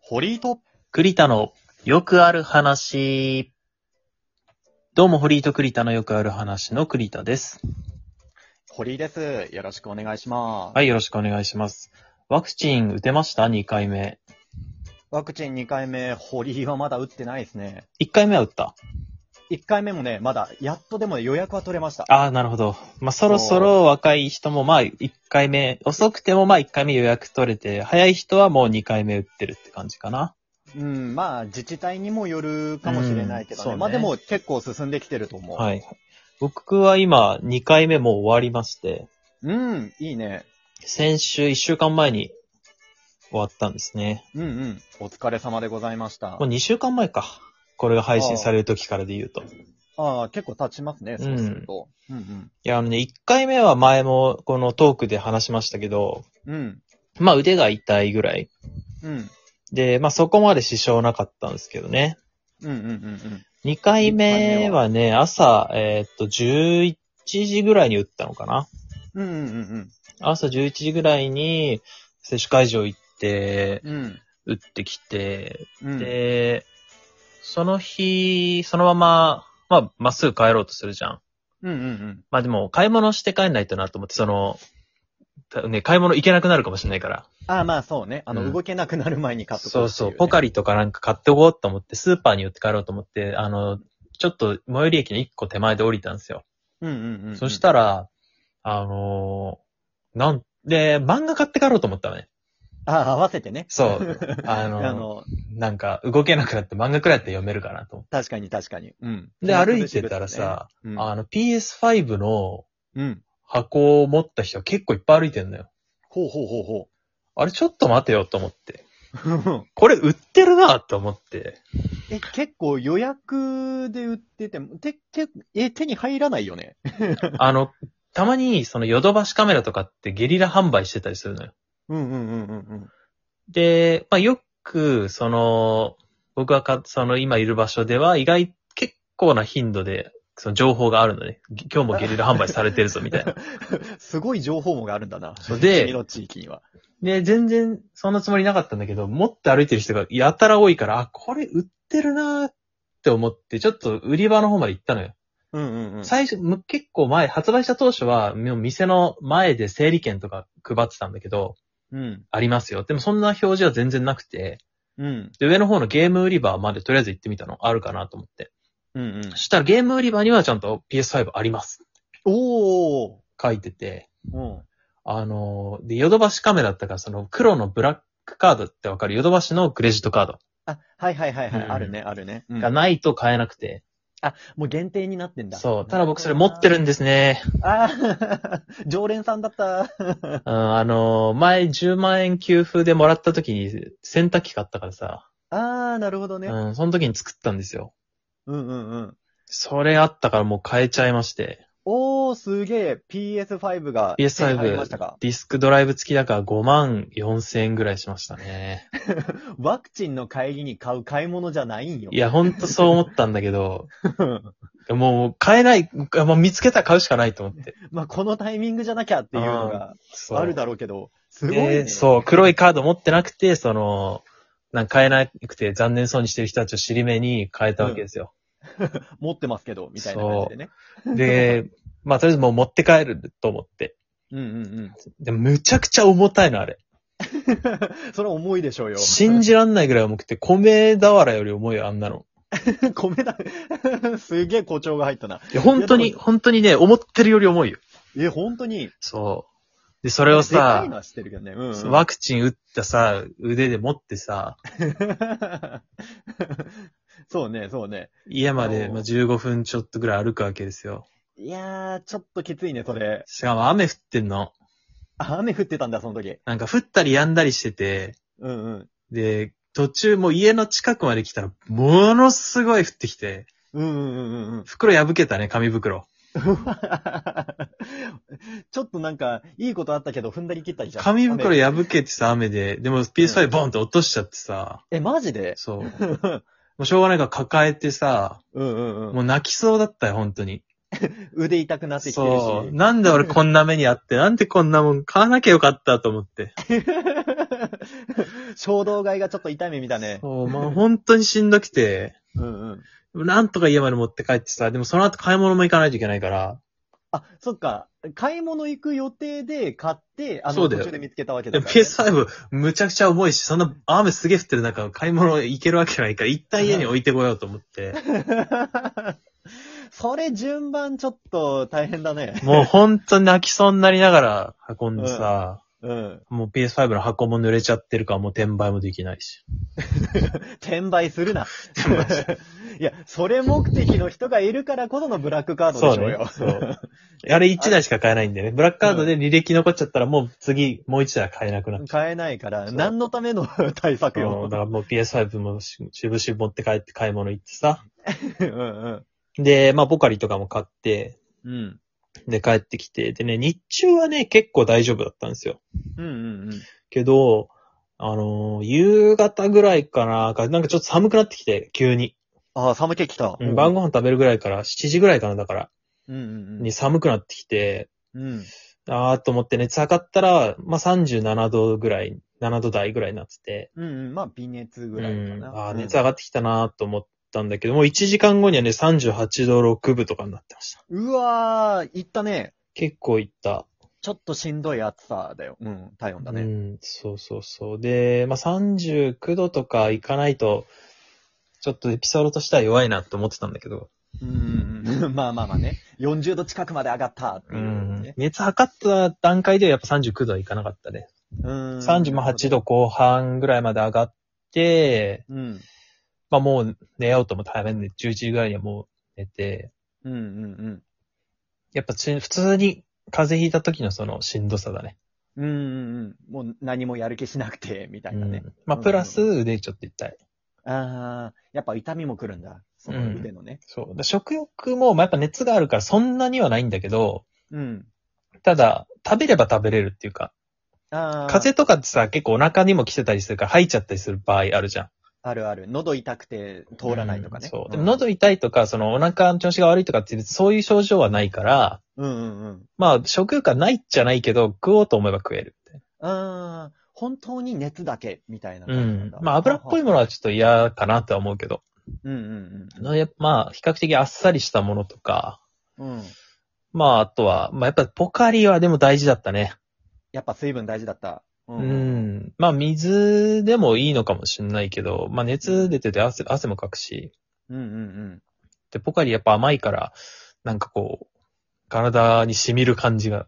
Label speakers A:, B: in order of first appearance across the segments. A: 堀井と、
B: 栗田のよくある話。どうも、堀井と栗田のよくある話の栗田です。
A: 堀井です。よろしくお願いします。
B: はい、よろしくお願いします。ワクチン打てました ?2 回目。
A: ワクチン2回目、堀井はまだ打ってないですね。
B: 1回目は打った。
A: 1回目もね、まだ、やっとでも予約は取れました。
B: ああ、なるほど。まあ、そろそろ若い人も、まあ、1回目、遅くてもまあ、1回目予約取れて、早い人はもう2回目打ってるって感じかな。
A: うん、まあ、自治体にもよるかもしれないけどね。
B: うんそうね
A: まあでも結構進んできてると思う。
B: はい。僕は今、2回目もう終わりまして、
A: うん、いいね。
B: 先週1週間前に終わったんですね。
A: うんうん。お疲れ様でございました
B: もう。2週間前か。これが配信される時からで言うと。
A: ああ、結構経ちますね、そうすると。うん
B: いや、あのね、1回目は前もこのトークで話しましたけど、
A: うん。うん。
B: まあ腕が痛いぐらい。
A: うん。
B: で、まあそこまで支障なかったんですけどね。
A: うんうんうん
B: 2回目はね、朝、えーっと、11時ぐらいに打ったのかな。
A: うん。うんうんうん
B: 朝11時ぐらいに接種会場行って、
A: うん。うん。
B: 打ってきて、
A: うん。
B: で、その日、そのまま、まあ、まっすぐ帰ろうとするじゃん。
A: うんうんうん。
B: まあでも、買い物して帰んないとなと思って、その、たね、買い物行けなくなるかもしれないから。
A: ああ、まあそうね。あの、
B: うん
A: 動けなくなる前に買っとこ
B: そうそう、ポ
A: リ
B: カリとかなんか買っておこうと思って、スーパーに寄って帰ろうと思って、あの、ちょっと最寄り駅の1個手前で降りたんですよ。
A: うんうんうん。
B: そし
A: ら、
B: たら、あのーなん、で、漫画買って帰ろうと思ったのね。
A: あ合わせてね。
B: そう。 あのー
A: あの、
B: なんか、動けなくなって漫画くらいだって読めるかなと思っ
A: 確かに確かに。うん。
B: て。で、歩いてたらさ、
A: うん、
B: あの、PS5 の
A: うん。
B: 箱を持った人結構いっぱい歩いてんのよ。
A: ほうほうほうほ
B: あれ、ちょっと待てよと思って。
A: う。
B: これ売ってるなと思って。
A: え、結構予約で売ってても、て、け、え、手に入らないよね。
B: あの、たまに、そのヨドバシカメラとかってゲリラ販売してたりするのよ。
A: うんうんうんうんうん。
B: で、まあ、よく、その、僕がか、その今いる場所では、意外、結構な頻度で、その情報があるのね。ぎ今日もゲリラ販売されてるぞ、みたいな。
A: すごい情報網があるんだな。
B: そう
A: 君
B: で、
A: の地域には。
B: で、全然、そんなつもりなかったんだけど、持って歩いてる人がやたら多いから、あ、これ売ってるなーって思って、ちょっと売り場の方まで行ったのよ。
A: うんうんうん。
B: 最初、む結構前、発売した当初は、もう店の前で整理券とか配ってたんだけど、
A: うん。
B: ありますよ。でもそんな表示は全然なくて、
A: うん。
B: で、上の方のゲーム売り場までとりあえず行ってみたの、あるかなと思って。
A: うんうん
B: そ。したらゲーム売り場にはちゃんと PS5 あります。
A: おー。
B: 書いてて、
A: うん。
B: あのー、で、ヨドバシカメラだったから、その黒のブラックカードってわかるヨドバシのクレジットカー
A: あ、はいはいはいはい。
B: うん
A: あるね、あるね。う
B: ド
A: ん
B: がないと買えなくて。
A: あ、もう限定になってんだ。
B: そう。ただ僕それ持ってるんで すね。
A: ああ、 常連さんだった。
B: うん、あのー、前10万円給付でもらった時に洗濯機買ったからさ、
A: ああ、なるほどね。
B: うん、その時に作ったんですよ。
A: うんうんうん。
B: それあったからもう買えちゃいまして。
A: おー、すげえ。PS5 が
B: PS5
A: 入りましたか。
B: ディスクドライブ付きだから5万4千円ぐらいしましたね。
A: ワクチンの帰りに買う買い物じゃないんよ。
B: いや、ほんとそう思ったんだ けど、もう買えない、もう見つけたら買うしかないと思って。
A: まあ、このタイミングじゃなきゃっていうのが
B: そう
A: あるだろうけど、すごい
B: で
A: ね。
B: そう、黒いカード持ってなくて、その、なんか買えなくて残念そうにしてる人たちを尻目に変えたわけですよ。
A: 持ってますけど、みたいな感じでね。
B: で、まあとりあえずもう持って帰ると思って。
A: うんうん
B: でもむちゃくちゃ重たいのあれ。
A: うん。それは重いでしょうよ。
B: 信じらんないぐらい重くて、米俵より重いよ、あんなの。
A: 米だ。 すげえ誇張が入ったな。
B: いや、本当
A: い
B: に、
A: やで
B: 本当にね、思ってるより重いよ。
A: え、本当に。
B: そう。で、それを
A: でか
B: さ
A: いの、は知ってるけどね。うん、 うん。
B: ワクチン打ったさ、腕で持ってさ、
A: そうね、そうね。
B: 家まで
A: そう
B: まあ15分ちょっとぐらい歩くわけですよ。
A: いやー、ちょっときついね、それ。
B: しかも雨降ってんの。
A: あ雨降ってたんだ、その時。
B: なんか降ったり止んだりしてて、
A: うんうん。
B: で、途中もう家の近くまで来たら、ものすごい降ってきて、
A: うんうんうんうんうん。
B: 袋破けたね、紙袋。
A: ちょっとなんか、いいことあったけど、踏んだり切ったりじゃん。
B: 紙袋
A: 雨
B: 破けてさ、雨で、でも PS5 ボンって落としちゃってさ、
A: え、マジで
B: そう。も
A: うんうん
B: うしょうがないから抱えてさ、
A: うん
B: もう泣きそうだったよ、本当に。
A: 腕痛くなってきてるし
B: そう。。なんで俺こんな目にあって、なんでこんなもん買わなきゃよかったと思って。
A: 衝動買いがちょっと痛い目見たね。
B: そう、まあ本当にしんどくて、
A: うんうん。
B: なんとか家まで持って帰ってさ、でもその後買い物も行かないといけないから、
A: あ、そっか。買い物行く予定で買って、あ
B: そ
A: の、
B: うだよ
A: 途中で見つけたわけだ
B: でも
A: から、ね。
B: PS5 むちゃくちゃ重いし、そんな雨すげえ降ってる中、買い物行けるわけないから、一旦家に置いてこようと思って、
A: それ順番ちょっと大変だね。
B: もう本当に泣きそうになりながら運んでさ、
A: うん。
B: もう PS5 の箱も濡れちゃってるから、もう転売もできないし。
A: 転売す るな。いや、それ目的の人がいるからこそのブラックカードで
B: そう
A: しょう
B: ね
A: よ。。
B: そう。あれ1台しか買えないんでね。ブラックカードで履歴残っちゃったら、もう次、もう1台買えなくなっち ゃう
A: 買えないから、
B: そう
A: 何のための対策
B: うん
A: よ
B: だ。からもう PS5 もししぶしぶ持って帰って買い物行ってさ。
A: うんうん。
B: で、まあ、ボカリとかも買って、
A: うん。
B: で、帰ってきて、でね、日中はね、結構大丈夫だったんですよ。
A: うんうんうん。
B: けど、あのー夕方ぐらいかな、かなんかちょっと寒くなってきて、急に。
A: ああ、寒気来た。
B: うん晩ご飯食べるぐらいから、7時ぐらいかな、だから、
A: うんうん
B: に寒くなってきて、
A: うん。うん。
B: あーと思って熱測ったら、まあ、37度ぐらい、7度台ぐらいになってて、
A: うんうん。まあ、微熱ぐらいかな。
B: うん、あー
A: うん
B: 熱上がってきたなと思ったんだけど、もう1時間後にはね、38度6分とかになってました。
A: うわー、いったね。
B: 結構いった。
A: ちょっとしんどい暑さだよ。うん、体温だ
B: う
A: ね。
B: ん、そうそうそう。で、まあ、39度とかいかないと、ちょっとエピソードとしては弱いなと思ってたんだけど、
A: うん、うん。 まあまあまあね。40度近くまで上がったって
B: う
A: いう、
B: ん
A: ね。、
B: 熱測った段階ではやっぱ39度はいかなかったね。
A: うん。
B: 38。度後半ぐらいまで上がって、
A: うん。
B: まあ、もう寝ようとも早めんで、11時ぐらいにはもう寝て、
A: うんうん
B: やっぱち普通に風邪ひいた時のそのしんどさだね。
A: うん。うんうんうん。もう何もやる気しなくて、みたいなね。
B: うんまあ、プラス腕ちょっと痛い。
A: ああ、やっぱ痛みも来るんだ。その腕のね。
B: そう。だから食欲も、まあ、やっぱ熱があるからそんなにはないんだけど、
A: うん。
B: ただ、食べれば食べれるっていうか、
A: ああ。
B: 風邪とかってさ、結構お腹にも来てたりするから吐いちゃったりする場合あるじゃん。
A: あるある。喉痛くて通らないとかね。
B: うんそう。でも喉痛いとか、そのお腹の調子が悪いとかっていう、そういう症状はないから、
A: うんうんうん。
B: まあ、食欲はないっちゃないけど、食おうと思えば食えるみたい
A: ああ、本当に熱だけ、みたいな
B: な。う
A: 感じなん
B: ん
A: だ。。
B: まあ、油っぽいものはちょっと嫌かなとは思うけど、
A: うんうん
B: やっぱまあ、比較的あっさりしたものとか、
A: うん。うん。
B: まあ、あとは、まあ、やっぱポカリはでも大事だったね。
A: やっぱ水分大事だった。う
B: う。ん。まあ、水でもいいのかもしれないけど、まあ、熱出てて汗汗もかくし、
A: うんうんうん。
B: で、ポカリやっぱ甘いから、なんかこう、体に染みる感じが。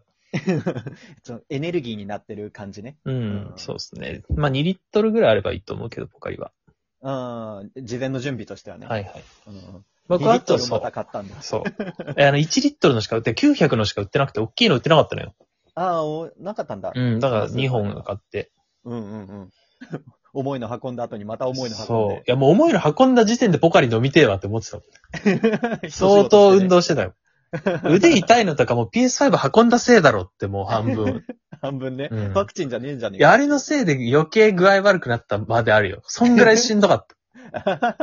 A: ちょエネルギーになってる感じね。
B: うん、
A: うん
B: そうですね。まあ、2リットルぐらいあればいいと思うけど、ポカリは。
A: ああ、事前の準備としてはね。。
B: はいいはい。
A: うん、
B: 僕
A: 2
B: は
A: リ
B: あ
A: ット
B: と
A: ル
B: そ
A: ま
B: う
A: た。買ったんだ。
B: そう。えあの、1リットルのしか売って、900のしか売ってなくて、大きいの売ってなかったのよ。
A: ああ、おなかったんだ。
B: うん、だから2本買って。
A: うんうんうん。 重いの運んだ後にまた重いの運ん
B: そう。い
A: で。
B: や、もう重いの運んだ時点でポカリ飲みてえわって思って たもん。
A: そう
B: 相当運。動してたよ。腕痛いのとかも PS5 運んだせいだろってもう 半分。
A: 半分ね、
B: うん
A: ワクチンじゃねえんじゃね
B: い
A: えか
B: や、あれのせいで余計具合悪くなったまであるよ。そんぐらいしんどかった。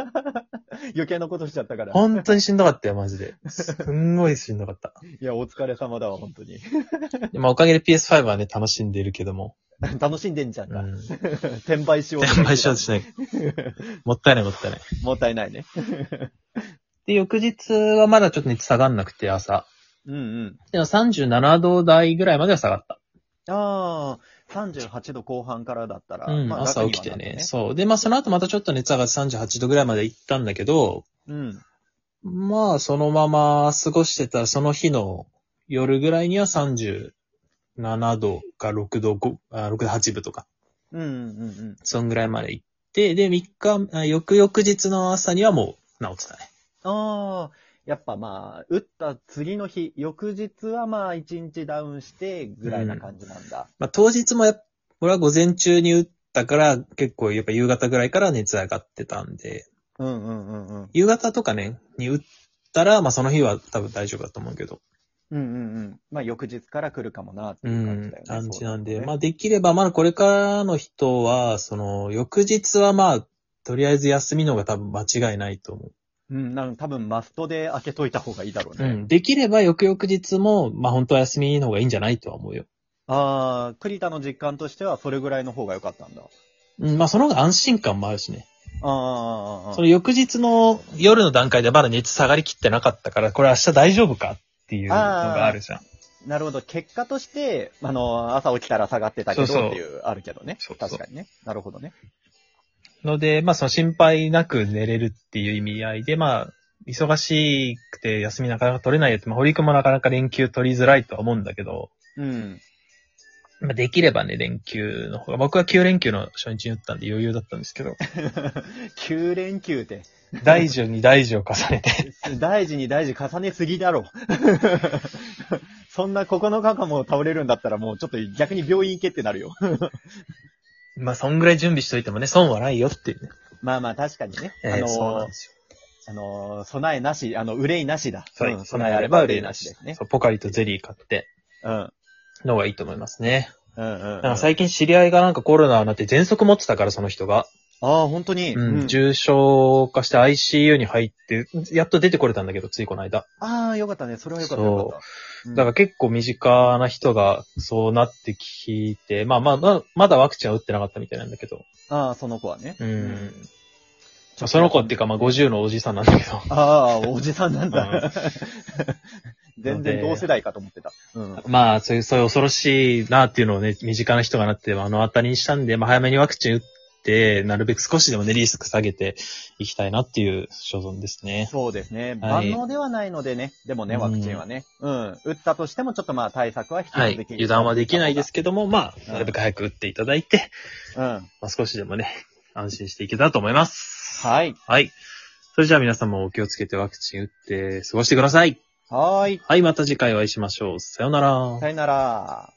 A: 余計なことしちゃった から。
B: 本当にしんどかったよ、マジで。すんごいしんどかった。
A: いや、お疲れ様だわ、本当に。
B: でまあ、おかげで PS5 はね、楽しんでいるけども。
A: 楽しんでんじゃん
B: う
A: か。
B: ん。
A: 転売しようと
B: 転売しようと しない。もったいない、もったいない。
A: もったいないね。
B: で、翌日はまだちょっと熱下がんなくて、朝。
A: うんうん。
B: でも37度台ぐらいまでは下がった。
A: ああ、38度後半からだったら、
B: うん、朝起きて
A: 楽には
B: ね。
A: なる
B: そう。で、まあ、その後またちょっと熱上がって38度ぐらいまで行ったんだけど、
A: うん。
B: まあ、そのまま過ごしてたその日の夜ぐらいには37度か6度5、あ6度8分とか、
A: うんうんうん。
B: そんぐらいまで行って、で、3日、あ翌々日の朝にはもう治ってたね。
A: ああ、やっぱまあ、打った次の日、翌日はまあ、1日ダウンして、ぐらいな感じなんだ。
B: まあ、当日もやっ、俺は午前中に打ったから、結構やっぱ夕方ぐらいから熱上がってたんで、
A: うんうんうんうん。
B: 夕方とかね、に打ったら、まあ、その日は多分大丈夫だと思うけど、
A: うんうんうん。まあ、翌日から来るかもな、って
B: う
A: いう感じだよ
B: ん
A: ね。、
B: 感じなんで、ま
A: あ、
B: あ、できれば、まだこれからの人は、その、翌日はまあ、とりあえず休みの方が多分間違いないと思
A: うん、なんか多分マストで開けといた方がいいだろう
B: う。
A: ね。
B: うん。できれば、翌々日も、まあ、本当は休みの方がいいんじゃないとは思うよ。
A: ああ、栗田の実感としてはそれぐらいの方が良かったんだ。
B: うん、まあその方が安心感もあるしね。
A: ああ、
B: その翌日の夜の段階でまだ熱下がりきってなかったから、これ明日大丈夫かっていうのがあるじゃん。
A: なるほど。結果として、あの、朝起きたら下がってたけどって
B: そうそう
A: いう、あるけどね。
B: そうそう
A: 確かにね。なるほどね。
B: ので、まあその心配なく寝れるっていう意味合いで、まあ、忙しくて休みなかなか取れないよって、まあ堀君もなかなか連休取りづらいとは思うんだけど、
A: うん。
B: まあできればね、連休の方が、僕は9連休の初日に打ったんで余裕だったんですけど、
A: 9連休って、
B: 大事に大事を重ねて、
A: 大事に大事重ねすぎだろ。 そんな9日間も倒れるんだったらもうちょっと逆に病院行けってなるよ。
B: まあそんぐらい準備しといてもね、損はないよっていうね。
A: まあまあ確かにね。
B: えー
A: あのー
B: そうなんですよ。
A: あのー備えなし、あの、憂いなしだ。
B: そううん備えあれば憂いなし
A: で。すね。
B: そうポカリとゼリー買って、
A: うん。
B: のがいいと思いますね。
A: うんうん、うん。
B: なんか最近知り合いがなんかコロナになって喘息持ってたから、その人が。
A: ああ、本当に。
B: うん、重症化して ICU に入って、やっと出てこれたんだけど、ついこの間。
A: ああ、よかったね。それはよかった。
B: そう
A: よかったうん
B: だから結構身近な人がそうなってきて、まあまあまあ、まだワクチンは打ってなかったみたいなんだけど。
A: ああ、その子はね。
B: うん。
A: ちょ
B: ま
A: っと
B: あその子っていうか、まあ50のおじさんなんだけど。
A: ああ、おじさんなん
B: う
A: だ
B: ん。
A: 全然同世代かと思ってた。うん。
B: まあ、そういう、そういう恐ろしいなっていうのをね、身近な人がなって、あの、当たりにしたんで、まあ、早めにワクチン打って、なるべく少しでもね、リスク下げていきたいなっていう所存ですね。
A: そうですね。
B: は
A: 万
B: い
A: 能ではないのでね。でもね、
B: うん
A: ワクチンはね。うん。打ったとしても、ちょっとまあ対策は引き
B: は
A: 続
B: い
A: き。。
B: 油断はできないですけども、ま
A: う
B: あ、
A: ん
B: なるべく早く打っていただいて、
A: うん。
B: まあ、少しでもね、安心していけたらと思います。
A: はい。
B: はい。それじゃあ皆さんもお気をつけてワクチン打って過ごしてください。
A: はーい。
B: はい、また次回お会いしましょう。さようなら。
A: さよなら。